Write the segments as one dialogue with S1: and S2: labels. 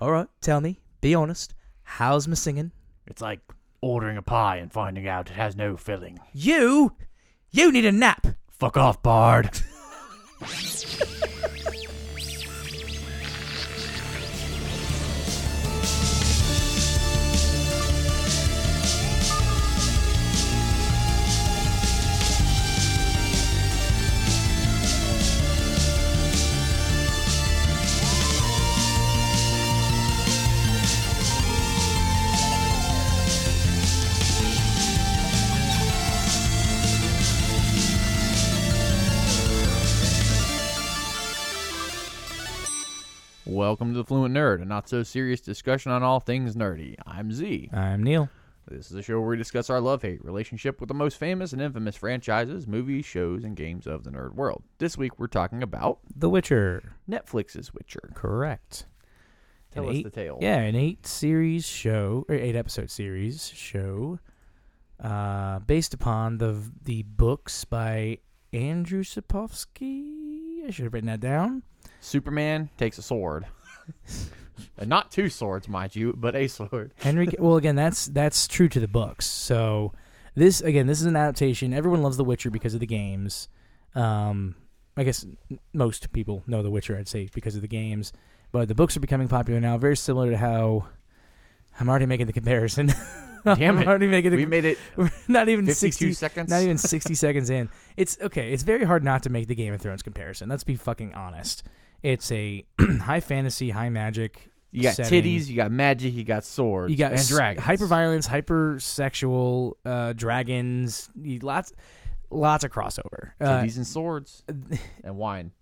S1: All right, tell me, be honest. How's my singing?
S2: It's like ordering a pie and finding out it has no filling.
S1: You, you need a nap.
S2: Fuck off, Bard.
S3: Welcome to the Fluent Nerd, a not so serious discussion on all things nerdy. I'm Z.
S1: I'm Neil.
S3: This is a show where we discuss our love hate relationship with the most famous and infamous franchises, movies, shows, and games of the nerd world. This week we're talking about
S1: The Witcher.
S3: Netflix's Witcher.
S1: Correct.
S3: Tell
S1: An
S3: us
S1: eight-
S3: the tale.
S1: Yeah, an eight series show or eight episode series show, uh, based upon the the books by Andrew Sapkowski. I should have written that down.
S3: Superman takes a sword. and not two swords, mind you, but a sword.
S1: Henry. well, again, that's that's true to the books. So this again, this is an adaptation. Everyone loves The Witcher because of the games. Um, I guess n- most people know The Witcher. I'd say because of the games, but the books are becoming popular now. Very similar to how I'm already making the comparison.
S3: Damn
S1: I'm
S3: it.
S1: already making the
S3: We made it
S1: We're not even
S3: 52
S1: 60
S3: seconds.
S1: not even 60 seconds in it's okay it's very hard not to make the game of thrones comparison let's be fucking honest it's a high fantasy high magic
S3: you got
S1: setting.
S3: titties, you got magic, you got swords,
S1: you got
S3: and dragons.
S1: hyper violence hyper sexual uh dragons you- lots lots of crossover uh,
S3: titties and swords and wine.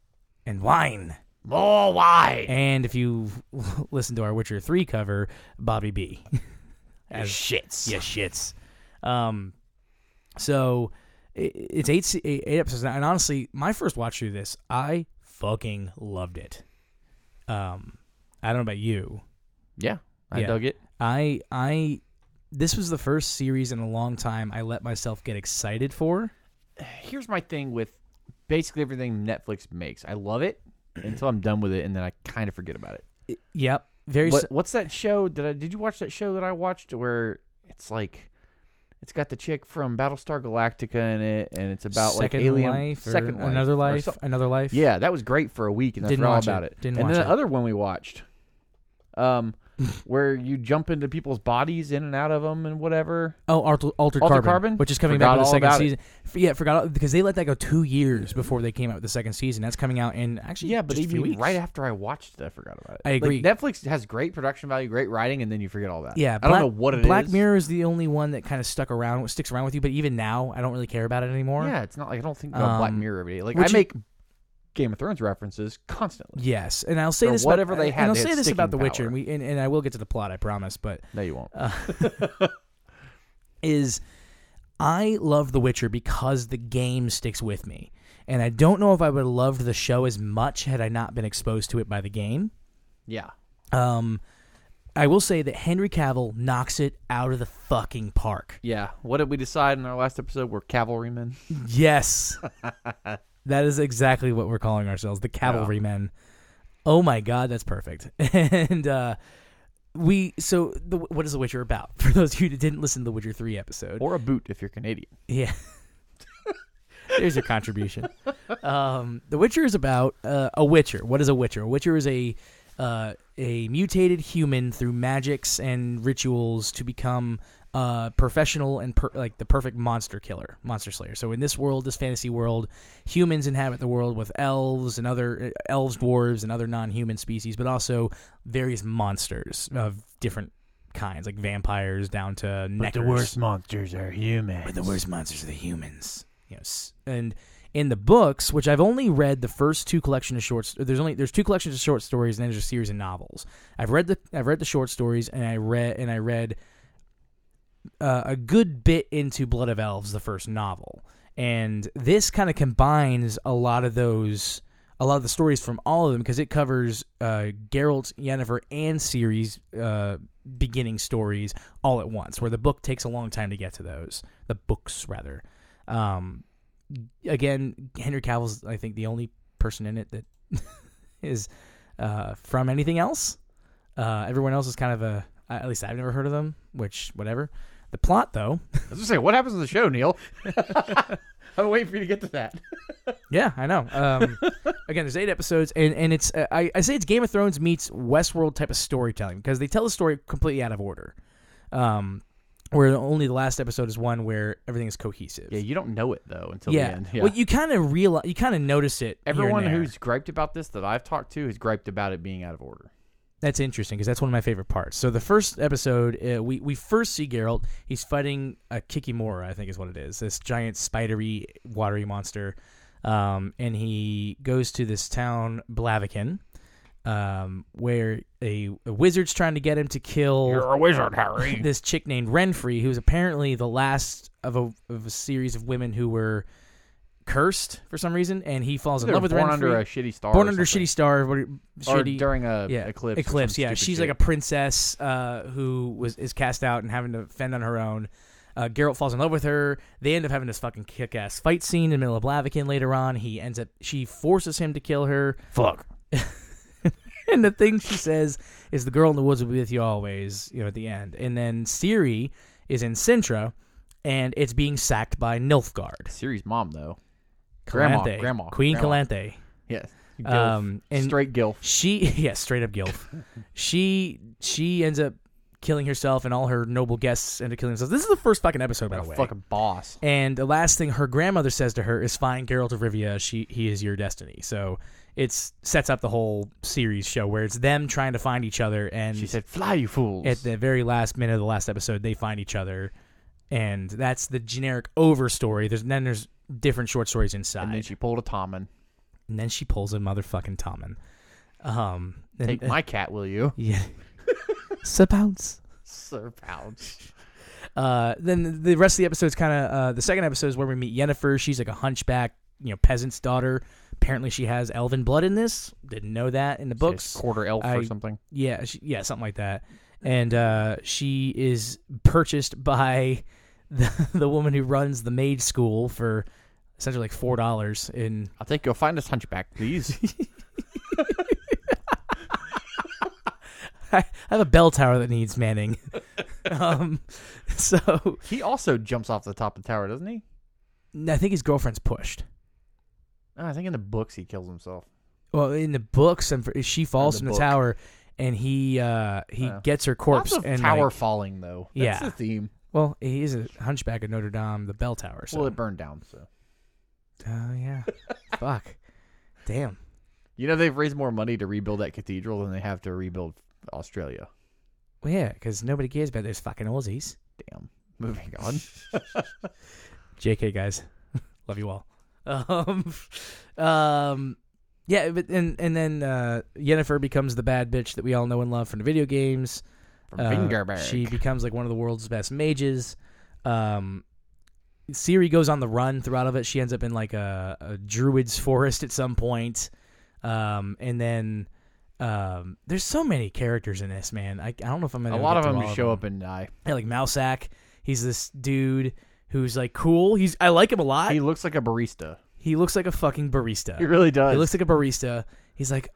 S1: and wine
S3: More wine.
S1: and if you listen to our witcher 3 cover bobby b as
S3: shits.
S1: Yeah, shits. Um, so i- it's eight se- eight eight episodes now, and honestly, my first watch through this, I fucking loved it. Um, I don't know about you,
S3: Yeah, I
S1: Yeah.
S3: dug it.
S1: I I this was the first series in a long time I let myself get excited for.
S3: Here's my thing with basically everything Netflix makes. I love it until I'm done with it, and then I kind of forget about it.
S1: I- Yep, very.
S3: What,
S1: si-
S3: what's that show? Did I did you watch that show that I watched where it's like it's got the chick from Battlestar Galactica in it, and it's about
S1: second
S3: like alien
S1: life, or
S3: second life
S1: another
S3: or
S1: life,
S3: something.
S1: another life.
S3: Yeah, that was great for a week, and I
S1: Didn't
S3: forgot all
S1: watch
S3: about
S1: it.
S3: it.
S1: Didn't
S3: and
S1: watch
S3: then
S1: it.
S3: the other one we watched, um, where you jump into people's bodies in and out of them and whatever.
S1: Oh, Alter, Altered,
S3: Altered
S1: Carbon,
S3: Carbon?
S1: which is coming
S3: Forgot
S1: back with
S3: all
S1: the second
S3: about it.
S1: season. F- Yeah, forgot all- because they let that go two years before they came out with the second season. That's coming out in actually
S3: Yeah, but
S1: just a few
S3: even
S1: weeks.
S3: right after I watched it, I forgot about it.
S1: I
S3: Like,
S1: agree.
S3: Netflix has great production value, great writing, and then you forget all that.
S1: Yeah,
S3: I don't know what it is.
S1: Black Mirror is the only one that kind of stuck around, sticks around with you. But even now, I don't really care about it anymore.
S3: Yeah, it's not like I don't think about Black
S1: Um,
S3: Mirror every day. Like
S1: would
S3: I
S1: you-
S3: make Game of Thrones references constantly.
S1: Yes, and I'll say
S3: For
S1: this
S3: whatever
S1: about,
S3: they had,
S1: And I'll
S3: they had
S1: say this about The
S3: sticking
S1: Witcher,
S3: power.
S1: and, we, and, and I will get to the plot, I promise. But
S3: No, you won't.
S1: Uh, is I love The Witcher because the game sticks with me, and I don't know if I would have loved the show as much had I not been exposed to it by the game.
S3: yeah,
S1: Um, I will say that Henry Cavill knocks it out of the fucking park.
S3: yeah. What did we decide in our last episode? We're cavalrymen.
S1: Yes. that is exactly what we're calling ourselves, the cavalrymen. Oh my god, that's perfect. and uh we so the, what is The Witcher about? For those of you that didn't listen to the Witcher three episode,
S3: or a boot if you're Canadian.
S1: yeah. There's your contribution. um, the Witcher is about uh, a Witcher. What is a Witcher? A Witcher is a uh, a mutated human through magics and rituals to become uh, professional and per- like the perfect monster killer, monster slayer. So in this world, this fantasy world, humans inhabit the world with elves and other uh, elves, dwarves, and other non-human species, but also various monsters of different kinds, like vampires down to neckers
S2: monsters are humans.
S1: the worst monsters are the humans. You know, s- and in the books, which I've only read the first two collection of shorts, there's only there's two collections of short stories and then there's a series of novels. I've read the I've read the short stories and I read and I read uh, a good bit into Blood of Elves, the first novel, and this kind of combines a lot of those, a lot of the stories from all of them because it covers uh, Geralt, Yennefer, and Ciri's uh, beginning stories all at once, where the book takes a long time to get to those, the books rather. Um, again, Henry Cavill's I think the only person in it that is uh, from anything else. Uh, everyone else is kind of a at least I've never heard of them. Which whatever. The plot though,
S3: I was just saying, what happens in the show, Neil? I'm waiting for you to get to that.
S1: Yeah, I know. Um, again, there's eight episodes, and and it's uh, I, I say it's Game of Thrones meets Westworld type of storytelling because they tell the story completely out of order, um, where only the last episode is one where everything is cohesive.
S3: Yeah, you don't know it though until
S1: Yeah.
S3: the end. Yeah.
S1: Well, you kind of realize you kind of notice it. here and
S3: Everyone
S1: there.
S3: who's griped about this that I've talked to has griped about it being out of order.
S1: That's interesting because that's one of my favorite parts. So the first episode, uh, we we first see Geralt. He's fighting a Kikimora, I think is what it is. This giant spidery, watery monster, um, and he goes to this town Blaviken, um, where a, a wizard's trying to get him to kill
S2: a wizard, Harry.
S1: this chick named Renfrey, who's apparently the last of a of a series of women who were cursed for some reason, and he falls in
S3: They were
S1: love with
S3: born
S1: Renfrey.
S3: under a shitty star.
S1: born
S3: or
S1: under
S3: something.
S1: shitty star, what-
S3: or
S1: shitty
S3: during a
S1: yeah,
S3: eclipse. or some
S1: yeah,
S3: stupid
S1: she's
S3: shit.
S1: like a princess uh, who was is cast out and having to fend on her own. Uh, Geralt falls in love with her. They end up having this fucking kick-ass fight scene in the middle of Blaviken. Later on, he ends up she forces him to kill her,
S2: Fuck.
S1: and the thing she says is, "The girl in the woods will be with you always." You know, at the end, and then Ciri is in Sintra, and it's being sacked by Nilfgaard,
S3: Ciri's mom though. Grandma,
S1: Calanthe,
S3: grandma,
S1: Queen
S3: grandma.
S1: Calanthe.
S3: Yes. Gilf.
S1: Um, and
S3: Straight Gilf.
S1: She yeah, straight up gilf. she she ends up killing herself, and all her noble guests end up killing themselves. This is the first fucking episode, by
S3: Like
S1: the
S3: a
S1: way.
S3: fucking boss.
S1: And the last thing her grandmother says to her is, "Find Geralt of Rivia. She he is your destiny." So it's sets up the whole series show where it's them trying to find each other, and
S3: She said, "Fly, you fools."
S1: at the very last minute of the last episode, they find each other, and that's the generic over story. There's then there's different short stories inside,
S3: and then she pulled a Tommen.
S1: And then she pulls a motherfucking Tommen. Um, and-
S3: Take my cat, will you?
S1: Yeah. Suppose.
S3: Sir Pounds.
S1: Uh, then the rest of the episode's kind of uh, the second episode is where we meet Yennefer. She's like a hunchback, you know, peasant's daughter. Apparently, she has elven blood in this. Didn't know that in the
S3: Books.
S1: books.
S3: quarter elf
S1: I-
S3: or something.
S1: Yeah, she, yeah, something like that. And uh, she is purchased by the, the woman who runs the maid school for essentially like four dollars. In
S3: I'll take your finest hunchback, please.
S1: I have a bell tower that needs manning. um, so
S3: he also jumps off the top of the tower, doesn't he?
S1: I think his girlfriend's pushed.
S3: Oh, I think in the books he kills himself.
S1: Well, in the books, and for- she falls
S3: the
S1: from the
S3: book.
S1: tower, and he uh, he
S3: Oh.
S1: gets her corpse.
S3: Lots of
S1: and
S3: tower
S1: like-
S3: falling though. That's
S1: Yeah.
S3: the theme.
S1: well, he is a hunchback of Notre Dame, the bell tower. So,
S3: Well, it burned down, so
S1: Uh, yeah, fuck, damn.
S3: you know they've raised more money to rebuild that cathedral than they have to rebuild Australia.
S1: Well, yeah, because nobody cares about those fucking Aussies.
S3: Damn. Moving on.
S1: Jk, guys, love you all. Um, um, yeah, but and and then uh, Yennefer becomes the bad bitch that we all know and love from the video games.
S3: From
S1: Uh,
S3: Fingerberg.
S1: She becomes like one of the world's best mages. Um, Siri goes on the run throughout of it. She ends up in like a, a druid's forest at some point. Um, and then um, there's so many characters in this man. I, I don't know if I'm
S3: a
S1: gonna
S3: lot
S1: get
S3: of
S1: through
S3: them
S1: all
S3: just show up and die.
S1: Yeah, like Mousak. He's this dude who's like cool. He's I like him a lot.
S3: He
S1: He,
S3: looks like a barista.
S1: looks like a fucking barista.
S3: He really does.
S1: He looks like a barista. He's like,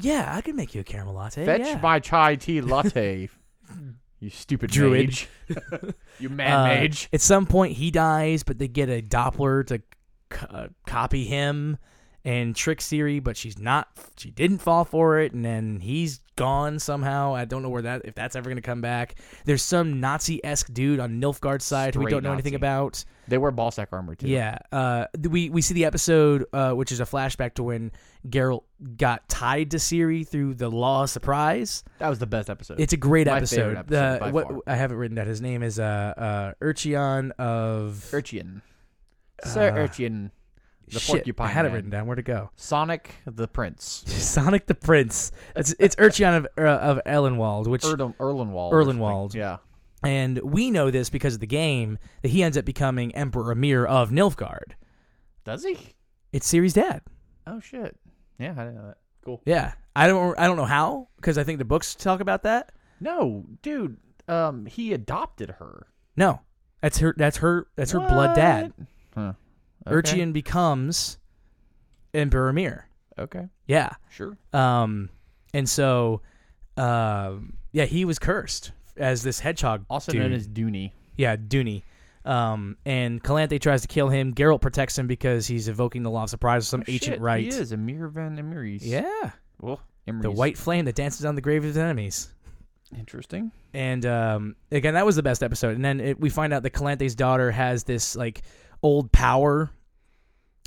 S1: yeah, I could make you a caramel latte.
S3: Fetch
S1: yeah."
S3: my chai tea latte. you stupid
S1: Druid.
S3: mage. you man
S1: Uh,
S3: mage.
S1: At some point, he dies, but they get a Doppler to c- uh, copy him and trick Siri, but she's not. She didn't fall for it, and then he's gone somehow. I don't know where that if that's ever gonna come back. There's some Nazi esque dude on Nilfgaard's side who we
S3: Straight
S1: don't know anything
S3: Nazi.
S1: about.
S3: They wear ball sack armor too.
S1: Yeah, uh, th- we we see the episode, uh, which is a flashback to when Geralt got tied to Siri through the law of surprise.
S3: That was the best episode.
S1: It's a great
S3: My
S1: episode.
S3: favorite episode by
S1: what
S3: far.
S1: I have it written down. His name is uh, uh, Urchion of
S3: Urchin. Sir
S1: Uh,
S3: Urchin. Er, the
S1: Shit,
S3: Porcupine
S1: I had it
S3: Man.
S1: written down. Where to go?
S3: Sonic the Prince.
S1: Sonic the Prince. It's it's Urchin of uh, of Ellenwald, which
S3: Erlen, Erlenwald. or
S1: Erlenwald.
S3: something. Yeah.
S1: and we know this because of the game that he ends up becoming Emperor Emir of Nilfgaard.
S3: Does he?
S1: It's Ciri's dad.
S3: Oh shit. Yeah, I didn't know that. Cool.
S1: Yeah, I don't I don't know how because I think the books talk about that.
S3: No, dude. Um, he adopted her.
S1: No, that's her. That's her. That's her blood dad.
S3: Huh. Okay.
S1: Urchion becomes Emperor Emir.
S3: Okay.
S1: Yeah.
S3: Sure.
S1: Um, and so Um, yeah, he was cursed as this hedgehog,
S3: Also
S1: dude.
S3: known as Dooney.
S1: yeah Dooney. Um, and Calanthe tries to kill him. Geralt protects him because he's evoking the law of surprise, some ancient
S3: Oh, Shit,
S1: rite.
S3: He is Emir Van Emiris.
S1: Yeah,
S3: Well, Emiris.
S1: the white flame that dances on the grave of his enemies.
S3: Interesting.
S1: And um, again, that was the best episode. And then it, we find out that Calanthe's daughter has this like old power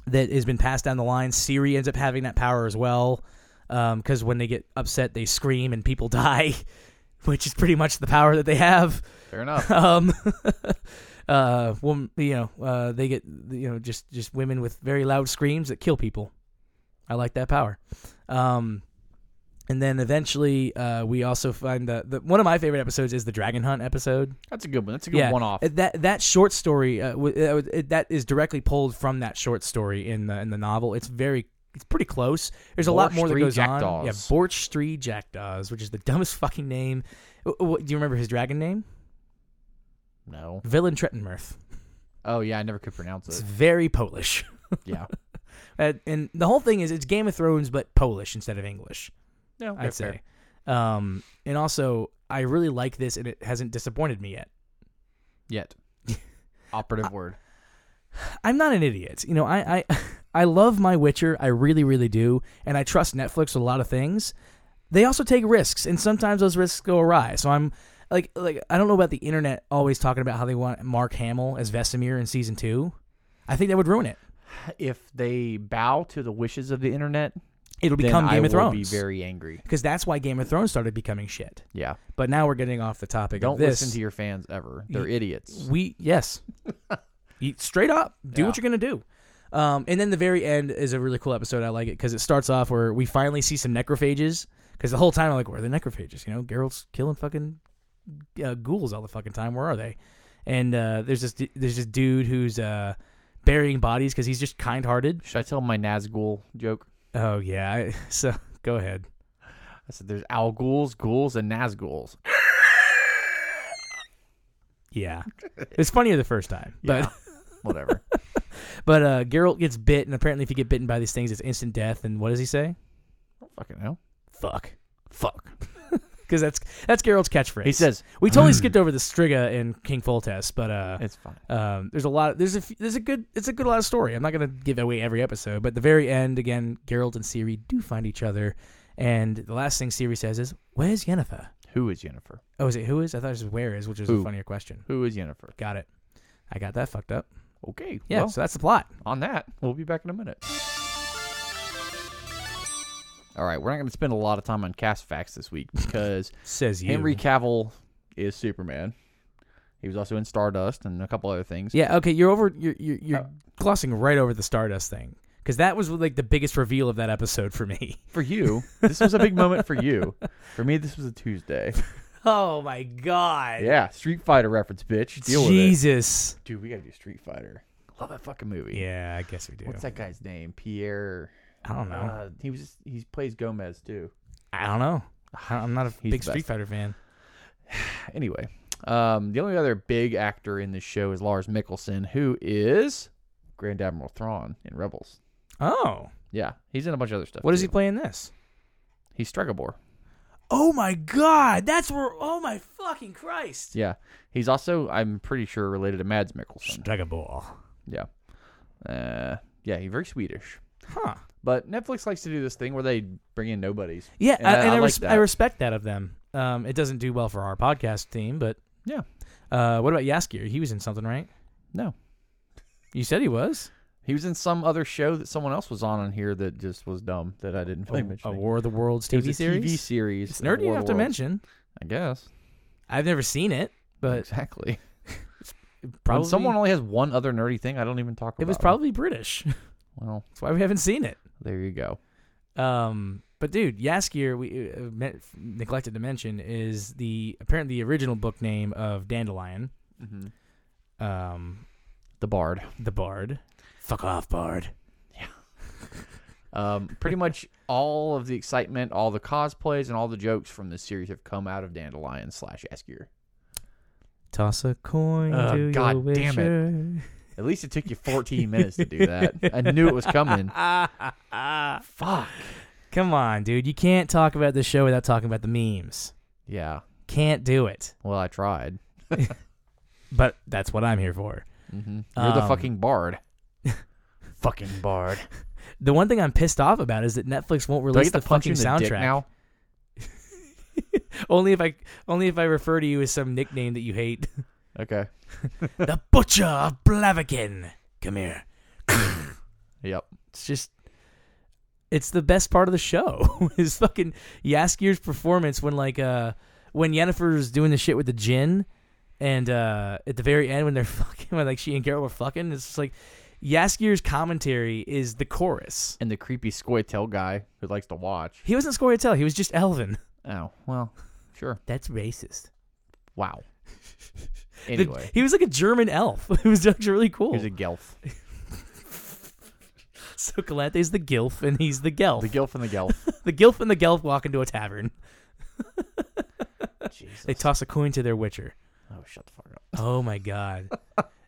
S1: that has been passed down the line. Siri ends up having that power as well because when they get upset, they scream and people die, which is pretty much the power that they have.
S3: Fair enough.
S1: Um, uh, wom- you know, uh, they get you know just just women with very loud screams that kill people. I like that power. Um, and then eventually, uh, we also find the, the one of my favorite episodes is the Dragon Hunt episode.
S3: That's a good one. That's a good
S1: yeah,
S3: one-off.
S1: That that short story uh, w- uh, it, that is directly pulled from that short story in the in the novel. It's very it's pretty close. There's a lot
S3: Borch
S1: more that
S3: Street
S1: goes on.
S3: Jackdaws.
S1: Yeah, Borch Street Jackdaws, which is the dumbest fucking name. W- w- do you remember his dragon name?
S3: no.
S1: Villain Trettenmirth.
S3: Oh yeah, I never could pronounce
S1: It's
S3: it.
S1: very Polish.
S3: Yeah.
S1: And, and the whole thing is it's Game of Thrones but Polish instead of English,
S3: No, okay,
S1: I'd say. Um, and also I really like this and it hasn't disappointed me yet.
S3: Yet. Operative word.
S1: I'm not an idiot. You know, I I, I love my Witcher, I really really do, and I trust Netflix with a lot of things. They also take risks and sometimes those risks go awry. So I'm like like I don't know about the internet always talking about how they want Mark Hamill as Vesemir in season 2. I think that would ruin it.
S3: If they bow to the wishes of the internet,
S1: It'll
S3: then
S1: become Game
S3: I
S1: of
S3: will
S1: Thrones.
S3: be very angry.
S1: because that's why Game of Thrones started becoming shit.
S3: Yeah.
S1: But now we're getting off the topic
S3: Don't
S1: of this.
S3: listen to your fans ever. They're idiots.
S1: we yes, Eat straight up. Do what
S3: Yeah.
S1: you're gonna do. Um, and then the very end is a really cool episode. I like it because it starts off where we finally see some necrophages. Because the whole time I'm like, where are the necrophages? You know, Geralt's killing fucking uh, ghouls all the fucking time. Where are they? And uh, there's this d- there's this dude who's uh, burying bodies because he's just kind hearted.
S3: Should I tell my Nazgul joke?
S1: Oh yeah, I, so go ahead.
S3: I said there's Al Ghouls, Ghouls, and Nazguls.
S1: Yeah, it's funnier the first time, but.
S3: Yeah. Whatever.
S1: But uh, Geralt gets bit, and apparently, if you get bitten by these things, it's instant death. And what does he say?
S3: Fucking hell.
S1: Fuck, fuck, because that's that's Geralt's catchphrase.
S3: He says
S1: we totally skipped over the Striga in King Foltest, but uh,
S3: it's fine.
S1: um, there's a lot. There's a f- there's a good it's a good lot of story. I'm not gonna give away every episode, but the very end again, Geralt and Ciri do find each other, and the last thing Ciri says is, "Where's Yennefer?"
S3: Who is Jennifer?
S1: Oh, is it who is? I thought it was where is, which was a
S3: Who?
S1: funnier question.
S3: Who is Jennifer?
S1: Got it. I got that fucked up.
S3: Okay.
S1: Yeah,
S3: well,
S1: so that's the plot.
S3: on that, we'll be back in a minute. All right, we're not going to spend a lot of time on cast facts this week because
S1: Says you.
S3: Henry Cavill is Superman. He was also in Stardust and a couple other things.
S1: Yeah. Okay. You're over. You're you're, you're
S3: Uh,
S1: glossing right over the Stardust thing because that was like the biggest reveal of that episode for me.
S3: For you, this was a big moment for you. For me, this was a Tuesday.
S1: Oh my god.
S3: Yeah, Street Fighter reference, bitch. Deal with
S1: Jesus.
S3: it, dude. We got to do Street Fighter. Love that fucking movie.
S1: Yeah, I guess we do.
S3: What's that guy's name? Pierre.
S1: I don't know.
S3: Uh, he was. He plays Gomez too.
S1: I don't know. I- I'm not a
S3: He's
S1: big
S3: the
S1: Street
S3: best.
S1: Fighter fan.
S3: Anyway, um, the only other big actor in this show is Lars Mikkelsen, who is Grand Admiral Thrawn in Rebels.
S1: Oh,
S3: Yeah, he's in a bunch of other stuff.
S1: what does he
S3: too.
S1: play in this?
S3: He's Stregobor.
S1: Oh my god, that's where. Oh my fucking Christ.
S3: Yeah, he's also I'm pretty sure related to Mads Mikkelsen.
S1: Stregobor.
S3: Yeah, uh, yeah, he's very Swedish.
S1: Huh.
S3: But Netflix likes to do this thing where they bring in nobodies.
S1: Yeah,
S3: And
S1: I,
S3: I-
S1: and I,
S3: I like
S1: res- I
S3: that.
S1: respect that of them. Um, it doesn't do well for our podcast theme, but
S3: Yeah.
S1: Uh, what about Yaskier? He was in something, right?
S3: No,
S1: You said he was.
S3: he was in some other show that someone else was on on here that just was dumb that I didn't
S1: a,
S3: really
S1: Oh, a
S3: mention.
S1: War of the Worlds
S3: It was
S1: TV
S3: a
S1: series.
S3: TV series.
S1: It's
S3: of
S1: nerdy
S3: War
S1: enough
S3: of the
S1: to
S3: Worlds.
S1: mention.
S3: I guess.
S1: I've never seen it, but
S3: exactly. When
S1: probably
S3: someone only has one other nerdy thing, I don't even talk about.
S1: it was
S3: them.
S1: probably British. That's
S3: well.
S1: why we haven't seen it.
S3: There you go.
S1: Um, but dude, Yaskier we uh, me- neglected to mention is the apparently the original book name of Dandelion, Mm-hmm. um,
S3: The Bard.
S1: the Bard. Fuck off, Bard.
S3: Um, pretty much all of the excitement, all the cosplays, and all the jokes from this series have come out of Dandelion slash Askier.
S1: Toss a coin
S3: Uh,
S1: to your
S3: God damn
S1: wisher.
S3: At least it took you 14 minutes to do that. I knew it was coming. Fuck.
S1: Come on, dude. You can't talk about this show without talking about the memes.
S3: Yeah.
S1: Can't do it.
S3: Well, I tried.
S1: But that's what I'm here for.
S3: hmm You're the
S1: Um,
S3: fucking bard.
S2: Fucking Bard.
S1: The one thing I'm pissed off about is that Netflix won't
S3: Do I
S1: release
S3: get
S1: the
S3: to punch you
S1: fucking
S3: in the
S1: soundtrack.
S3: dick now?
S1: Only if I only if I refer to you as some nickname that you hate.
S3: Okay.
S1: the Butcher of Blaviken. Come here.
S3: Yep.
S1: It's just it's the best part of the show. is fucking Yaskier's performance when like uh when Yennefer's doing the shit with the gin and uh at the very end when they're fucking when like she and Geralt were fucking, it's just like Yaskier's commentary is the chorus.
S3: And the creepy Scoitel guy who likes to watch.
S1: He wasn't Scoia'tael, he was just Elvin.
S3: Oh, well, sure.
S1: That's racist.
S3: Wow.
S1: The-
S3: Anyway,
S1: he was like a German elf. It was actually really cool.
S3: here's a Gelf.
S1: So Calanthe's the Gilf and he's the Gelf.
S3: The
S1: The,
S3: Gilf and the Gelf.
S1: Gilf and the Gelf walk into a tavern.
S3: Jesus.
S1: They toss a coin to their Witcher.
S3: oh, shut the fuck up.
S1: Oh my god,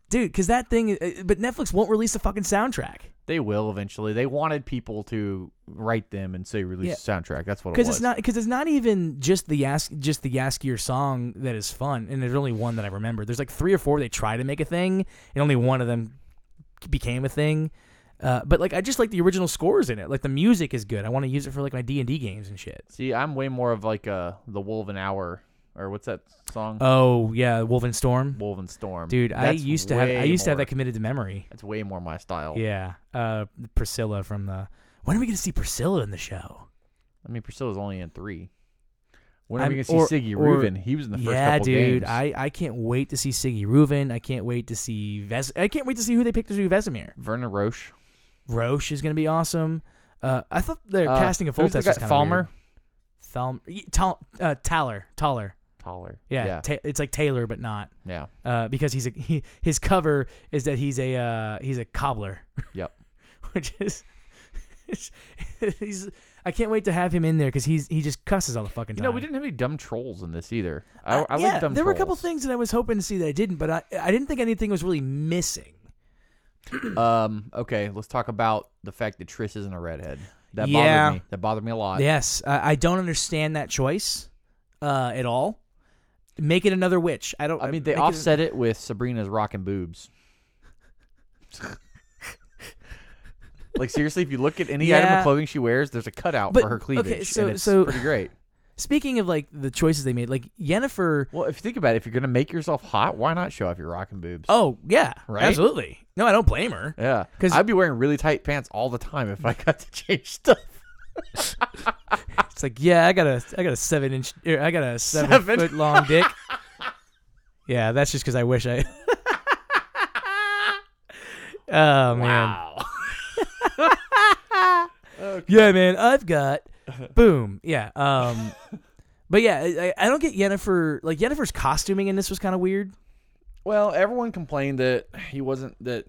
S1: dude! Because that thing, uh, but Netflix won't release a fucking soundtrack
S3: They will eventually. They wanted people to write them and say release
S1: Yeah.
S3: a soundtrack. That's what it
S1: because
S3: was.
S1: it's not because it's not even just the Yas, just the Yaskier song that is fun. And there's only one that I remember. There's like three or four they try to make a thing, and only one of them became a thing. Uh, but like I just like the original scores in it. Like the music is good. I want to use it for like my D and D games and shit.
S3: See, I'm way more of like uh the Wolven Hour or what's that song?
S1: Oh yeah, Wolven Storm,
S3: Wolven Storm.
S1: dude. I
S3: That's
S1: used to have I
S3: way
S1: used to have
S3: more-
S1: that
S3: Oh.
S1: committed to memory.
S3: That's way more my style.
S1: Yeah. Uh, Priscilla from the. When are we going to see Priscilla in the show?
S3: I mean, Priscilla's only in three. When are we
S1: I'm-
S3: gonna see
S1: or-
S3: Siggy
S1: or-
S3: Rubin? He was in the first
S1: yeah,
S3: couple
S1: dude.
S3: games.
S1: I, I can't wait to see Siggy Rubin. I can't wait to see Ves. I can't wait to see who they picked to do Vesemir.
S3: Vernon Roche.
S1: Roche is going to be awesome. Uh, I thought their
S3: Uh,
S1: casting of full
S3: who's the
S1: test
S3: guy-
S1: was kind
S3: Falmer.
S1: of Falmer. Tal- uh, Taller. Taller.
S3: Taller.
S1: Yeah.
S3: Yeah.
S1: Ta- it's like Taylor, but not.
S3: yeah.
S1: Uh, because he's a he, his cover is that he's a uh, he's a cobbler.
S3: Yep.
S1: Which is. he's, I can't wait to have him in there because he's he just cusses all the fucking
S3: You
S1: time.
S3: know, we didn't have any dumb trolls in this either. I,
S1: Uh,
S3: I
S1: yeah,
S3: like dumb
S1: there were a couple
S3: trolls.
S1: things that I was hoping to see that I didn't, but I I didn't think anything was really missing.
S3: Um, okay, let's talk about the fact that Triss isn't a redhead. That
S1: Yeah.
S3: bothered me. That bothered me a lot.
S1: yes, I, I don't understand that choice uh, at all. Make it another witch. I don't.
S3: I mean, they
S1: make it-
S3: offset it with Sabrina's rockin' boobs. like seriously, if you look at any item
S1: Yeah.
S3: of clothing she wears, there's a cutout
S1: But-
S3: for her
S1: okay,
S3: cleavage,
S1: so-
S3: and it's
S1: so-
S3: pretty great.
S1: Speaking of like the choices they made, like Yennefer.
S3: Well, if you think about it, if you're gonna make yourself hot, why not show off your rockin' boobs?
S1: Oh yeah,
S3: Right?
S1: Absolutely. No, I don't blame her.
S3: yeah,
S1: 'cause-
S3: because I'd be wearing really tight pants all the time if I got to change stuff.
S1: It's like yeah, I got a I got a seven inch. er, I got a seven,
S3: Seven.
S1: foot long dick. yeah, that's just because I wish I. oh man. Yeah, man, I've got boom. Yeah. Um But yeah, I, I don't get Yennefer like Yennefer's costuming in this was kind of weird.
S3: Well, everyone complained that he wasn't that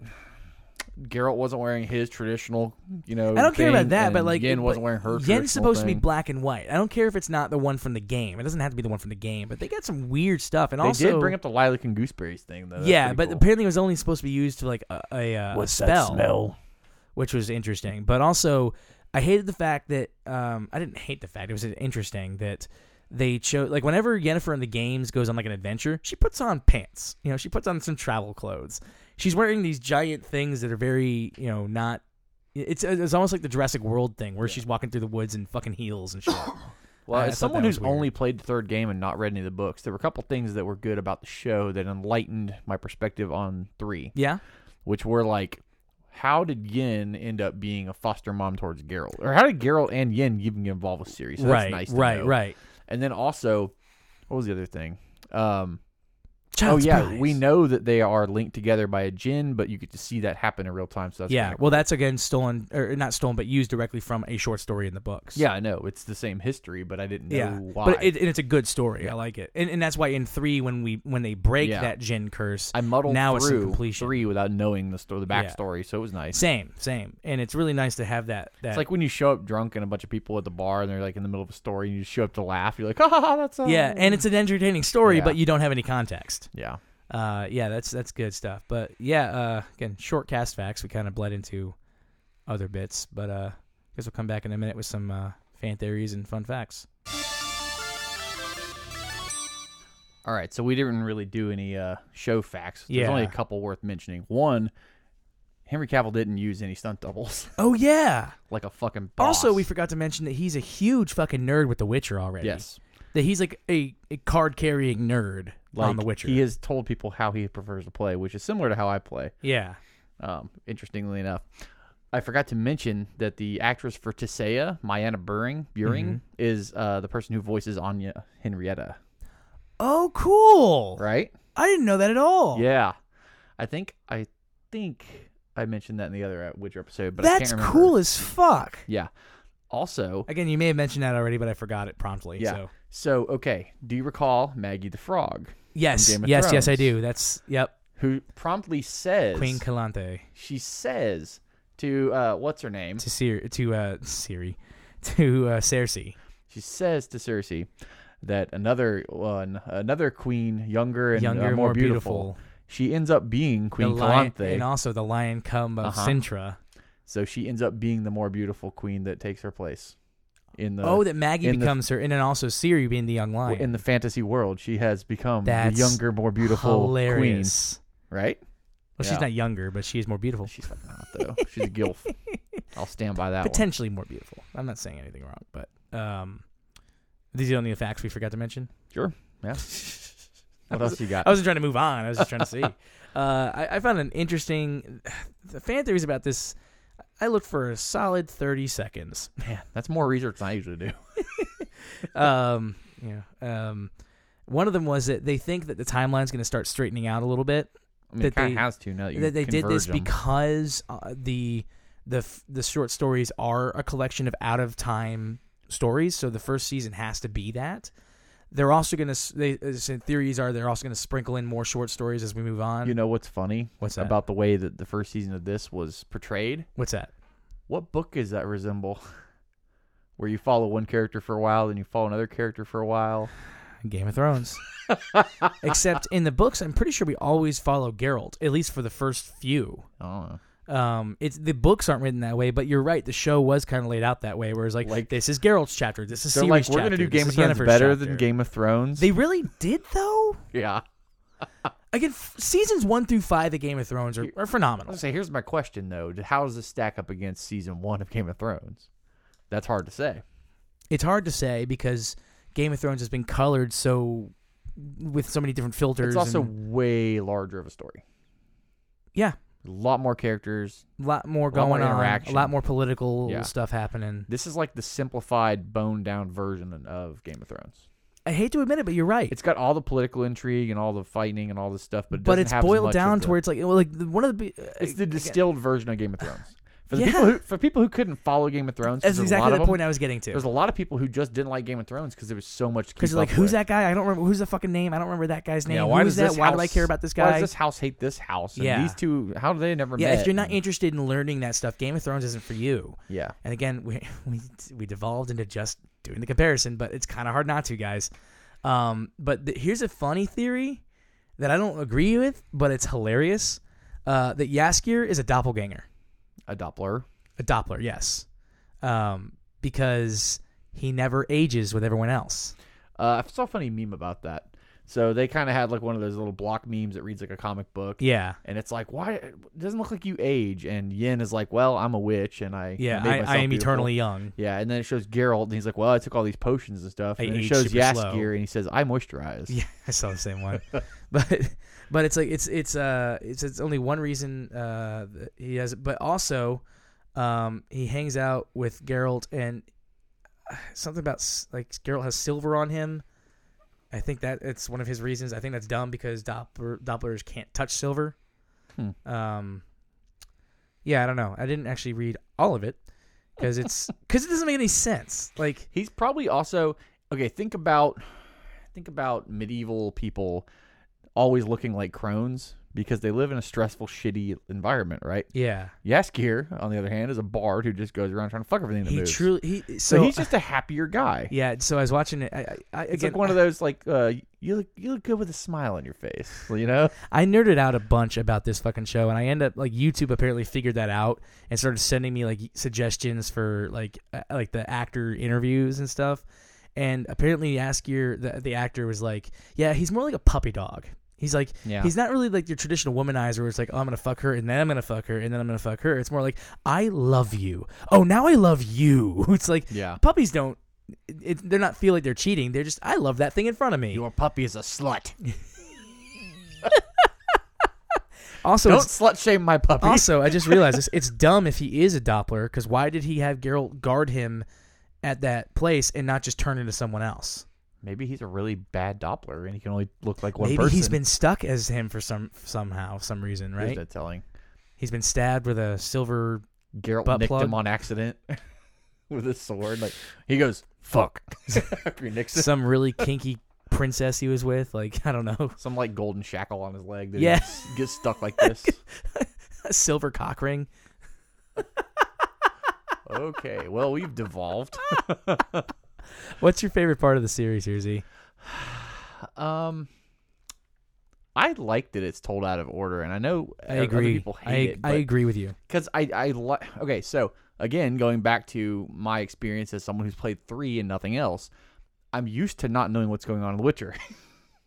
S3: Geralt wasn't wearing his traditional, you know.
S1: I don't care about
S3: thing,
S1: that,
S3: and
S1: but like
S3: Yen wasn't
S1: but
S3: wearing her.
S1: Yen's
S3: traditional
S1: supposed to be
S3: thing.
S1: black and white. I don't care if it's not the one from the game. It doesn't have to be the one from the game, but they got some weird stuff. And
S3: They
S1: also,
S3: did bring up the lilac and gooseberries thing, though. That's
S1: yeah,
S3: pretty
S1: but
S3: cool.
S1: apparently it was only supposed to be used to like a, a, uh,
S2: What's
S1: spell,
S2: that smell?
S1: which was interesting. But also, I hated the fact that um, I didn't hate the fact it was interesting that they chose like whenever Yennefer in the games goes on like an adventure, she puts on pants. You know, she puts on some travel clothes. She's wearing these giant things that are very you know not. It's it's almost like the Jurassic World thing where she's walking through the woods in fucking heels and shit.
S3: well,
S1: I
S3: as
S1: thought
S3: someone
S1: that
S3: who's
S1: was weird.
S3: only played the third game and not read any of the books, there were a couple things that were good about the show that enlightened my perspective on three,
S1: yeah,
S3: which were like, how did Yen end up being a foster mom towards Geralt, or how did Geralt and Yen even get involved with Ciri? So that's
S1: right,
S3: nice to
S1: right,
S3: know.
S1: right.
S3: And then also, what was the other thing? Um, oh
S1: Child's
S3: yeah,
S1: prize.
S3: we know that they are linked together by a gin, but you get to see that happen in real time. So that's
S1: yeah,
S3: kinda cool.
S1: well, that's again stolen or not stolen, but used directly from a short story in the books.
S3: yeah, I know it's the same history, but I didn't know
S1: yeah,
S3: why.
S1: but it, and it's a good story. I like it, and, and that's why in three when we when they break
S3: Yeah.
S1: that Jin curse,
S3: I muddled
S1: now it's in
S3: through
S1: completion.
S3: three without knowing the story, the
S1: Yeah.
S3: backstory, so it was nice.
S1: same same, and it's really nice to have that. That
S3: It's like when you show up drunk and a bunch of people at the bar and they're like in the middle of a story and you just show up to laugh. You're like, ha ha, ha that's uh, a
S1: yeah, and it's an entertaining story,
S3: Yeah.
S1: but you don't have any context.
S3: yeah.
S1: Uh, yeah, that's that's good stuff. But yeah, uh, again, short cast facts. We kind of bled into other bits, but uh, I guess we'll come back in a minute with some uh, fan theories and fun facts.
S3: All right, so we didn't really do any uh, show facts. There's
S1: Yeah.
S3: only a couple worth mentioning. One, Henry Cavill didn't use any stunt doubles
S1: Oh yeah.
S3: like a fucking boss.
S1: Also, we forgot to mention that he's a huge fucking nerd with The Witcher already.
S3: yes,
S1: That he's like a, a card carrying nerd on The Witcher.
S3: He has told people how he prefers to play, which is similar to how I play.
S1: yeah.
S3: Um, interestingly enough, I forgot to mention that the actress for Tisea, Mayanna Buring, Buring
S1: Mm-hmm.
S3: is uh, the person who voices Anya Henrietta.
S1: Oh, cool.
S3: Right?
S1: I didn't know that at all.
S3: Yeah, I think I think I mentioned that in the other uh, Witcher episode, but I
S1: That's
S3: can't remember.
S1: cool as fuck.
S3: Yeah. Also,
S1: Again, you may have mentioned that already, but I forgot it promptly.
S3: Yeah.
S1: So.
S3: so okay, do you recall Maggie the Frog,
S1: Yes.
S3: Game of
S1: Yes. Yes, I
S3: Thrones.
S1: do. That's yep.
S3: who promptly says
S1: Queen Calante
S3: she says to uh, what's her name?
S1: to Sir to uh Siri to uh, Cersei.
S3: She says to Cersei that another one, another queen, younger and uh,
S1: Younger,
S3: more,
S1: more
S3: beautiful,
S1: beautiful.
S3: She ends up being
S1: The
S3: Queen
S1: lion,
S3: Calanthe,
S1: and also the lion cub of
S3: Uh-huh.
S1: Sintra.
S3: so she ends up being the more beautiful queen that takes her place in the
S1: oh, that Maggie
S3: in the-
S1: becomes her, and then also Siri being the young lion.
S3: in the fantasy world. She has become
S1: That's
S3: the younger, more beautiful
S1: Hilarious.
S3: queen, right?
S1: Well,
S3: Yeah.
S1: she's not younger, but she is more beautiful.
S3: She's fucking hot though. She's a gilf. I'll stand by that. one.
S1: Potentially more beautiful. I'm not saying anything wrong, but um, these are the only facts we forgot to mention.
S3: Yeah. What else you got?
S1: I wasn't trying to move on. I was just trying to see. Uh, I, I found an interesting the fan theories about this. I looked for a solid 30 seconds.
S3: Man, that's more research than I usually do.
S1: um, yeah. Um, one of them was that they think that the timeline's going to start straightening out a little bit.
S3: I mean,
S1: That
S3: it kind
S1: they-
S3: of has to now that you
S1: that they did this
S3: converge 'em.
S1: because uh, the the f- the short stories are a collection of out of time stories, so the first season has to be that. They're also going to they uh, so theories are they're also going to sprinkle in more short stories as we move on.
S3: You know what's funny
S1: what's that?
S3: about the way that the first season of this was portrayed?
S1: what's that?
S3: What book does that resemble? Where you follow one character for a while, then you follow another character for a while.
S1: Game of Thrones. Except in the books, I'm pretty sure we always follow Geralt, at least for the first few.
S3: I don't know.
S1: um it's the books aren't written that way but you're right the show was kind of laid out that way whereas like,
S3: Like-
S1: this is Geralt's chapter this is
S3: They're
S1: Ciri's
S3: like, we're
S1: chapter
S3: gonna do
S1: this
S3: Game of
S1: is
S3: Thrones
S1: Yennefer's
S3: better
S1: chapter."
S3: than Game of Thrones.
S1: they really did though
S3: yeah.
S1: again f- seasons 1 through 5 of Game of Thrones are, are
S3: I
S1: phenomenal
S3: was gonna say, here's my question though: How does this stack up against season one of Game of Thrones? That's hard to say.
S1: it's hard to say because Game of Thrones has been colored so with so many different filters
S3: it's also
S1: and
S3: way larger of a story.
S1: Yeah.
S3: a lot more characters.
S1: a lot more
S3: a lot more
S1: going on a
S3: interaction.
S1: lot more political
S3: Yeah.
S1: stuff happening
S3: This is like the simplified, boned down version of Game of Thrones.
S1: I hate to admit it but you're right
S3: It's got all the political intrigue and all the fighting and all this stuff, but it
S1: but
S3: doesn't
S1: it's
S3: have as
S1: boiled
S3: much
S1: down
S3: of
S1: to
S3: the-
S1: where it's like well like the, one of the bi-
S3: it's the
S1: again,
S3: distilled version of Game of Thrones. For the
S1: Yeah.
S3: people who for people who couldn't follow Game of Thrones, 'cause
S1: that's
S3: there's
S1: exactly
S3: a lot
S1: the
S3: of 'em,
S1: point I was getting to
S3: There's a lot of people who just didn't like Game of Thrones because there was so much.
S1: Because
S3: Because
S1: you're like, who's that guy? I don't remember. Who's the fucking name? I don't remember that guy's name.
S3: Yeah, why
S1: Who is
S3: does
S1: that?
S3: this
S1: why do I
S3: house-
S1: care about this
S3: Why
S1: guy?
S3: does this house hate this house? And
S1: Yeah.
S3: these two, how do they never
S1: yeah,
S3: met?
S1: if you're not
S3: And-
S1: interested in learning that stuff, Game of Thrones isn't for you.
S3: yeah,
S1: And again, we we we devolved into just doing the comparison, but it's kind of hard not to, guys. Um, but th- here's a funny theory that I don't agree with, but it's hilarious. Uh, that Yaskier is a doppelganger,
S3: a Doppler.
S1: a Doppler, yes, um, because he never ages with everyone else.
S3: Uh, I saw a funny meme about that. So they kind of had like one of those little block memes that reads like a comic book.
S1: Yeah,
S3: And it's like, why it doesn't look like you age? And Yin is like, well, I'm a witch, and I
S1: yeah,
S3: made
S1: I,
S3: myself
S1: I am
S3: beautiful."
S1: eternally young.
S3: Yeah, and then it shows Geralt, and he's like, well, I took all these potions and stuff.
S1: I
S3: And then it
S1: age
S3: shows
S1: super
S3: Yaskir,
S1: slow.
S3: and he says, I moisturize.
S1: Yeah, I saw the same one, but but it's like it's it's uh it's it's only one reason uh that he has, but also um he hangs out with Geralt and uh, something about s- like Geralt has silver on him. I think that it's one of his reasons. I think that's dumb because Doppler, Dopplers can't touch silver.
S3: Hmm.
S1: Um, yeah, I don't know. I didn't actually read all of it because it's because it doesn't make any sense. Like
S3: He's probably also okay. Think about, think about medieval people. always looking like crones because they live in a stressful, shitty environment, right?
S1: Yeah.
S3: Yaskier, on the other hand, is a bard who just goes around trying to fuck everything that
S1: He
S3: moves.
S1: truly he
S3: so,
S1: so,
S3: he's just a happier guy.
S1: yeah. So I was watching it. I, I, I,
S3: It's
S1: again,
S3: like one of those like uh, you look you look good with a smile on your face, you know.
S1: I nerded out a bunch about this fucking show, and I end up like YouTube apparently figured that out and started sending me like suggestions for like uh, like the actor interviews and stuff. And apparently, Askier the the actor was like, "Yeah, he's more like a puppy dog. He's like,
S3: Yeah.
S1: he's not really like your traditional womanizer. Where it's like, oh, I'm gonna fuck her, and then I'm gonna fuck her, and then I'm gonna fuck her. It's more like, I love you. Oh, now I love you. It's like
S3: Yeah.
S1: puppies don't. It, they're not feel like they're cheating. They're just I love that thing in front of me.
S2: Your puppy is a slut.
S1: also,
S3: Don't
S1: it's-
S3: slut shame my puppy.
S1: Also, I just realized this. It's dumb if he is a Doppler, because why did he have Geralt guard him at that place and not just turn into someone else?
S3: Maybe he's a really bad Doppler and he can only look like one
S1: Maybe
S3: person.
S1: he's been stuck as him for some somehow, some reason,
S3: Here's
S1: right?
S3: that telling.
S1: He's been stabbed with a silver.
S3: Geralt
S1: Butt
S3: nicked
S1: plug.
S3: him on accident with his sword. Like he goes, "Fuck." After he nicks him.
S1: Some really kinky princess he was with, like I don't know,
S3: some like golden shackle on his leg that
S1: Yeah.
S3: yeah. gets stuck like this.
S1: a silver cock ring.
S3: okay, well we've devolved.
S1: What's your favorite part of the series, here, Z?
S3: Um, I like that it's told out of order, and I know
S1: I
S3: other
S1: agree.
S3: people hate
S1: I,
S3: it.
S1: I agree with you.
S3: because I I li- okay. So again, going back to my experience as someone who's played three and nothing else, I'm used to not knowing what's going on in The Witcher.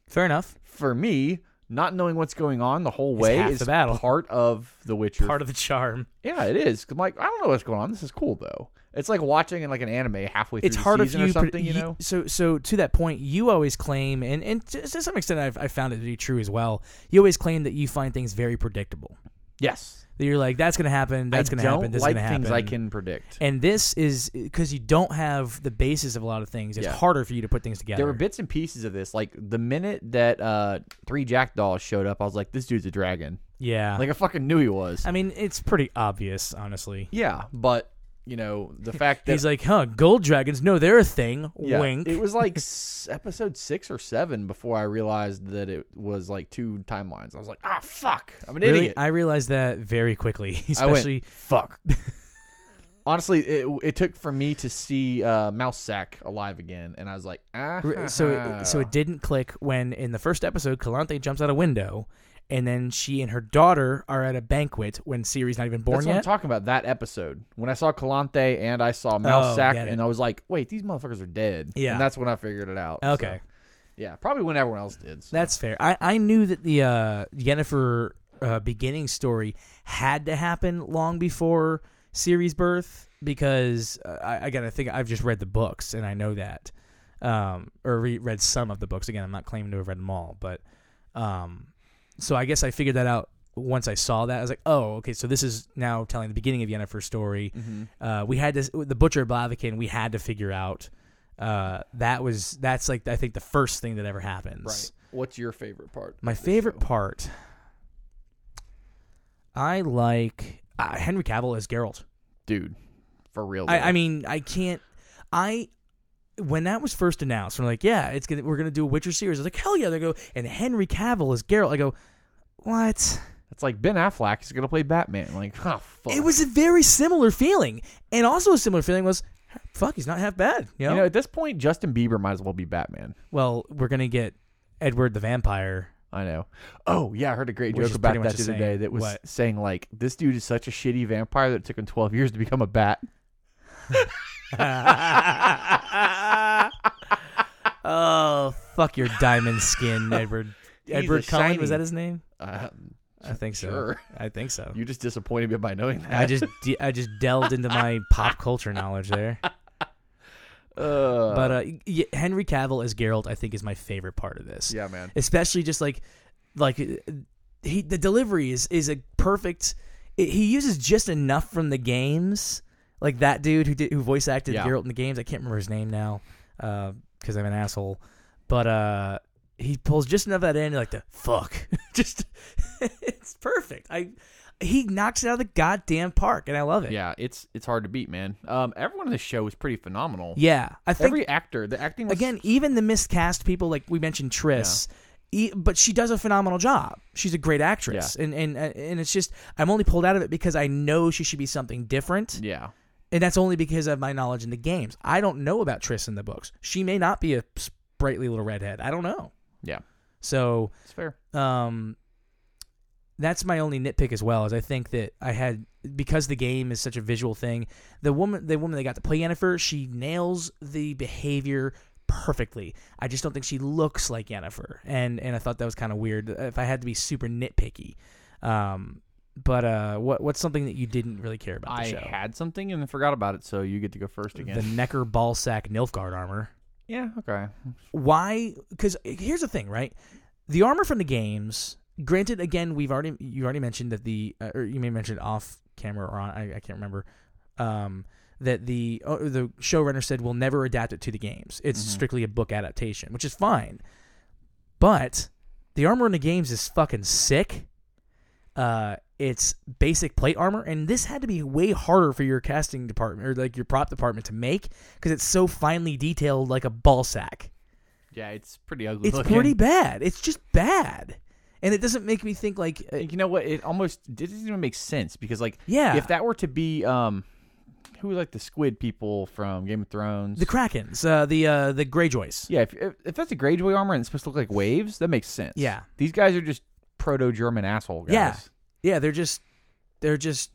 S1: Fair enough.
S3: For me, not knowing what's going on the whole
S1: It's
S3: way
S1: half
S3: is
S1: the battle.
S3: part of The Witcher.
S1: Part of the charm.
S3: yeah, it is. 'Cause I'm like, I don't know what's going on. This is cool though. It's like watching in like an anime halfway through
S1: it's
S3: the
S1: hard if
S3: season
S1: you
S3: or something.
S1: pre-
S3: You know,
S1: So so to that point, you always claim, and and to, to some extent, I've I found it to be true as well. You always claim that you find things very predictable.
S3: yes,
S1: That you're like, that's gonna happen. That's
S3: I
S1: gonna
S3: don't
S1: happen. This
S3: like
S1: is gonna happen.
S3: things I can predict.
S1: And this is because you don't have the basis of a lot of things. It's
S3: Yeah.
S1: harder for you to put things together.
S3: There were bits and pieces of this. Like the minute that uh, three jackdaws showed up, I was like, "This dude's a dragon."
S1: yeah.
S3: Like I fucking knew he was.
S1: I mean, it's pretty obvious, honestly.
S3: Yeah, but you know the fact that
S1: He's like, huh, gold dragons? No, they're a thing.
S3: yeah,
S1: Wink.
S3: It was like s- episode six or seven before I realized that it was like two timelines. I was like, "Ah, fuck! I'm an
S1: really,
S3: idiot."
S1: I realized that very quickly,
S3: I went,
S1: especially
S3: "Fuck." Honestly, it, it took for me to see uh, Mouse Sack alive again, and I was like, "Ah."
S1: Re- so it, so it didn't click when in the first episode Kalante jumps out a window and then she and her daughter are at a banquet when Siri's not even born
S3: That's what I'm
S1: yet.
S3: talking about. That episode when I saw Kalante and I saw Mouse
S1: Oh,
S3: Sack,
S1: get it.
S3: and I was like, "Wait, these motherfuckers are dead."
S1: Yeah.
S3: and that's when I figured it out. so.
S1: okay.
S3: yeah, probably when everyone else did. so.
S1: That's fair. I, I knew that the uh Yennefer uh, beginning story had to happen long before Siri's birth because uh, I again I think I've just read the books and I know that. Um or re- read some of the books again. I'm not claiming to have read them all, but um so I guess I figured that out once I saw that. I was like, "Oh, okay, so this is now telling the beginning of Yennefer's story."
S3: Mm-hmm.
S1: Uh, we had this the Butcher of Blaviken, we had to figure out uh, that was that's like I think the first thing that ever happens.
S3: right. What's your favorite part?
S1: My
S3: of the
S1: favorite
S3: show?
S1: part. I like uh, Henry Cavill as Geralt.
S3: dude, for real.
S1: I,
S3: though.
S1: I mean, I can't. I when that was first announced, we're like, yeah, it's gonna we're gonna do a Witcher series. I was like, hell yeah! They go and Henry Cavill as Geralt. I go, what?
S3: It's like Ben Affleck is gonna play Batman. Like, oh fuck.
S1: It was a very similar feeling, and also a similar feeling was, fuck, he's not half bad. You
S3: you
S1: know?
S3: know, at this point, Justin Bieber might as well be Batman.
S1: well, we're gonna get Edward the Vampire.
S3: I know. Oh yeah, I heard a great
S1: Which
S3: joke
S1: is
S3: about
S1: pretty much
S3: that
S1: the
S3: the other
S1: same.
S3: day that was
S1: What?
S3: saying like, this dude is such a shitty vampire that it took him twelve years to become a bat. Uh,
S1: Oh, fuck your diamond skin, Edward.
S3: He's
S1: Edward
S3: a
S1: Cullen
S3: shiny-
S1: was that his name?
S3: Um,
S1: I think so.
S3: sure.
S1: I think so.
S3: You just disappointed me by knowing that.
S1: I just de- I just delved into my pop culture knowledge there.
S3: Uh,
S1: But uh, y- Henry Cavill as Geralt, I think, is my favorite part of this.
S3: yeah, man.
S1: especially just like like uh, he the delivery is is a perfect it, he uses just enough from the games like that dude who did who voice acted
S3: Yeah.
S1: Geralt in the games I can't remember his name now because I'm an asshole but uh he pulls just enough of that in like the fuck just it's perfect I he knocks it out of the goddamn park and I love it
S3: Yeah, it's it's hard to beat, man. Um, everyone in the show is pretty phenomenal.
S1: yeah I think
S3: Every actor, the acting was
S1: again, even the miscast people, like we mentioned Triss, e- but she does a phenomenal job. She's a great actress, and and uh, and it's just I'm only pulled out of it because I know she should be something different,
S3: Yeah.
S1: and that's only because of my knowledge in the games. I don't know about Triss in the books. She may not be a sprightly little redhead. I don't know.
S3: Yeah.
S1: So
S3: It's fair.
S1: um that's my only nitpick as well is I think that I had because the game is such a visual thing, the woman the woman that got to play Yennefer, she nails the behavior perfectly. I just don't think she looks like Yennefer. And and I thought that was kind of weird uh, if I had to be super nitpicky. Um but uh what what's something that you didn't really care about the
S3: I
S1: show?
S3: had something and then forgot about it, so you get to go first again.
S1: the Necker Ballsack Nilfgaard armor.
S3: yeah, okay.
S1: why because here's the thing right the armor from the games granted again we've already you already mentioned that the uh, or you may mention off camera or on I, I can't remember um that the oh, the showrunner said we'll never adapt it to the games it's
S3: Mhm.
S1: strictly a book adaptation which is fine but the armor in the games is fucking sick uh it's basic plate armor and this had to be way harder for your casting department or like your prop department to make because it's so finely detailed like a ball sack
S3: Yeah, it's pretty ugly
S1: it's
S3: looking.
S1: pretty bad. It's just bad, and it doesn't make me think like uh,
S3: And You know what? It almost it doesn't even make sense because like
S1: yeah,
S3: if that were to be um who were, like the squid people from Game of Thrones?
S1: the Krakens, uh, the uh, the Greyjoys.
S3: yeah, if, if, if that's a Greyjoy armor and it's supposed to look like waves, that makes sense.
S1: Yeah.
S3: These guys are just proto-German asshole guys.
S1: Yeah. Yeah, they're just they're just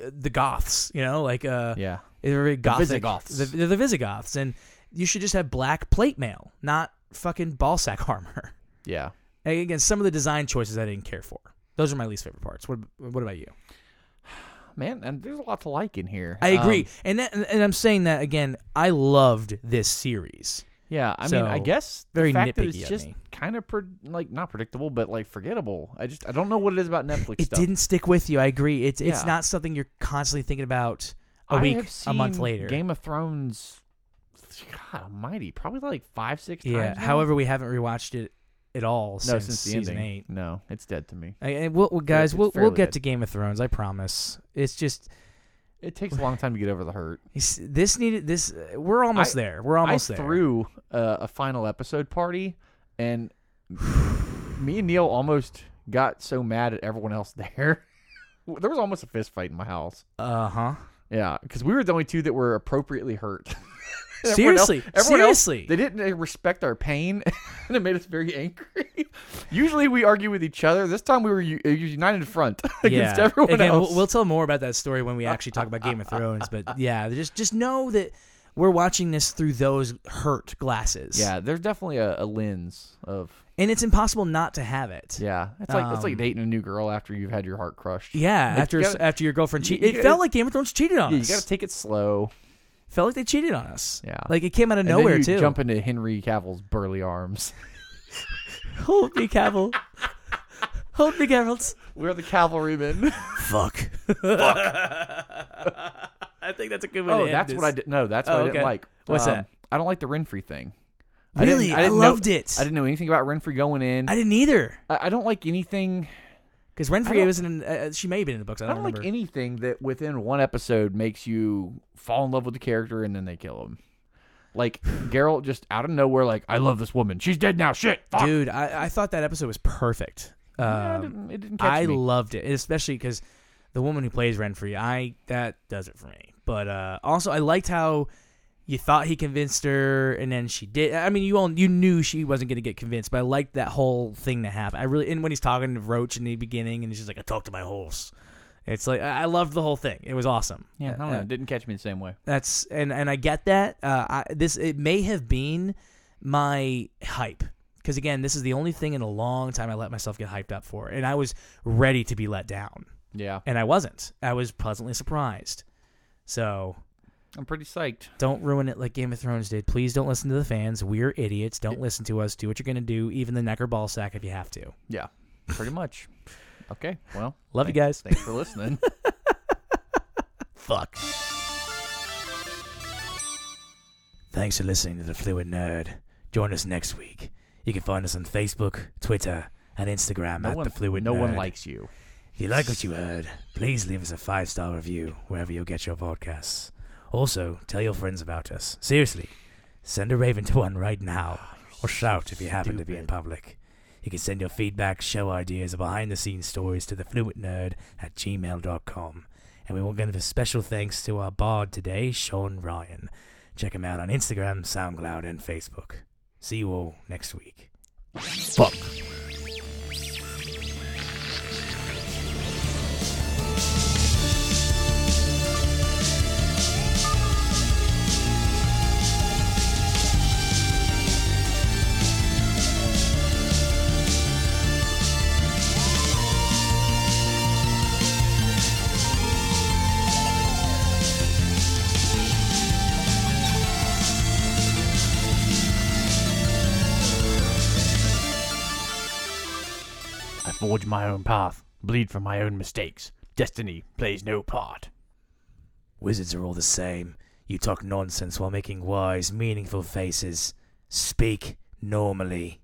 S1: uh, the Goths, you know, like uh,
S3: Yeah.
S1: they're very gothic.
S3: Visigoths.
S1: The- they're the Visigoths, and you should just have black plate mail, not fucking ball sack armor.
S3: Yeah.
S1: And again, some of the design choices I didn't care for. Those are my least favorite parts. What What about you?
S3: Man, and there's a lot to like in here.
S1: I agree,
S3: Um,
S1: and that, and I'm saying that again. I loved this series.
S3: yeah, I mean, I
S1: So,
S3: guess the
S1: very
S3: fact that
S1: nitpicky
S3: it's
S1: of
S3: just
S1: me.
S3: kind of pre- like not predictable, but like forgettable. I just I don't know what it is about Netflix.
S1: it
S3: stuff.
S1: didn't stick with you. I agree. It's it's
S3: Yeah.
S1: not something you're constantly thinking about a
S3: I
S1: week,
S3: have
S1: a month
S3: seen
S1: later.
S3: Game of Thrones. God Almighty, probably like five, six times.
S1: yeah.
S3: now.
S1: However, we haven't rewatched it at all
S3: no,
S1: since,
S3: since, the
S1: season
S3: ending.
S1: eight.
S3: No, it's dead to me.
S1: I, and we'll, we'll- guys,
S3: it's
S1: we'll we'll
S3: fairly
S1: get
S3: dead.
S1: to Game of Thrones. I promise. It's just
S3: It takes a long time to get over the hurt.
S1: it's- this needed this. We're almost
S3: I-
S1: there. We're almost
S3: I
S1: there.
S3: threw uh, a final episode party, and me and Neil almost got so mad at everyone else there. there was almost a fist fight in my house.
S1: Uh huh.
S3: Yeah, because we were the only two that were appropriately hurt. Everyone else-
S1: Seriously,
S3: everyone else-
S1: seriously.
S3: they didn't uh, respect our pain, and it made us very angry. Usually, we argue with each other. This time, we were u- uh, united front against
S1: yeah.
S3: everyone
S1: Again,
S3: else.
S1: We'll, we'll tell more about that story when we actually talk about Game of Thrones. But yeah, just just know that we're watching this through those hurt glasses.
S3: yeah, there's definitely a, a lens of
S1: and it's impossible not to have it.
S3: yeah. It's like it's
S1: Um,
S3: like dating a new girl after you've had your heart crushed.
S1: Yeah,
S3: Like,
S1: after
S3: you gotta-
S1: after your girlfriend
S3: you-
S1: cheated, it
S3: you gotta-
S1: felt like Game of Thrones cheated on
S3: Yeah, you
S1: us.
S3: got to take it slow.
S1: felt like they cheated on us.
S3: Yeah.
S1: like it came out of
S3: And then
S1: nowhere
S3: you
S1: too.
S3: Jump into Henry Cavill's burly arms.
S1: Hold me, Cavill. Hold me, Geralt.
S3: We're the cavalrymen.
S1: Fuck. I think that's a good way.
S3: oh,
S1: to end
S3: that's
S1: this.
S3: what I did. No, that's what
S1: Oh,
S3: I didn't
S1: okay.
S3: like.
S1: What's
S3: Um,
S1: that?
S3: I don't like the Renfrey thing.
S1: Really,
S3: I, didn't,
S1: I
S3: didn't
S1: loved
S3: know,
S1: it.
S3: I didn't know anything about Renfrey going in.
S1: I didn't either
S3: I, I don't like anything.
S1: because
S3: I
S1: Renfrey
S3: don't-
S1: wasn't. In, uh, she may have been in the books. I
S3: I
S1: don't,
S3: don't,
S1: remember.
S3: like anything that within one episode makes you fall in love with the character and then they kill him. Like Geralt just out of nowhere, like I love this woman. She's dead now. Shit. Fuck.
S1: Dude, I, I thought that episode was perfect.
S3: Yeah, it
S1: Um,
S3: didn't, it didn't catch
S1: I
S3: me.
S1: loved it, especially because the woman who plays Renfrey, I that does it for me. But uh, also, I liked how you thought he convinced her, and then she did. I mean, you all you knew she wasn't going to get convinced, but I liked that whole thing to happen. I really and when he's talking to Roach in the beginning, and she's like, "I talked to my horse." It's like I I loved the whole thing. It was awesome.
S3: yeah, I don't know.
S1: Uh,
S3: It didn't catch me the same way.
S1: that's and and I get that. Uh, I, this it may have been my hype because again, this is the only thing in a long time I let myself get hyped up for, and I was ready to be let down,
S3: Yeah,
S1: and I wasn't. I was pleasantly surprised. So
S3: I'm pretty psyched.
S1: don't ruin it like Game of Thrones did. Please don't listen to the fans. We're idiots. Don't listen to us. Do what you're gonna do, even the neck or ball sack if you have to.
S3: Yeah, pretty much. Okay, well,
S1: Love you
S3: thank-
S1: guys.
S3: Thanks for listening.
S1: Fuck. Thanks for listening to The Fluid Nerd. Join us next week. You can find us on Facebook, Twitter, and Instagram
S3: no
S1: at
S3: one,
S1: The Fluid
S3: no one
S1: Nerd.
S3: likes you.
S1: If you like what you heard, please leave us a five star review wherever you get your podcasts. Also, tell your friends about us. Seriously, send a raven to one right now, or shout if you happen to be in
S3: stupid.
S1: public. You can send your feedback, show ideas, or behind the scenes stories to thefluentnerd at gmail.com. And we will give a special thanks to our bard today, Sean Ryan. Check him out on Instagram, SoundCloud, and Facebook. See you all next week.
S4: Fuck.
S3: I forge my own path, bleed from my own mistakes. Destiny plays no part.
S1: Wizards are all the same. You talk nonsense while making wise, meaningful faces. Speak normally.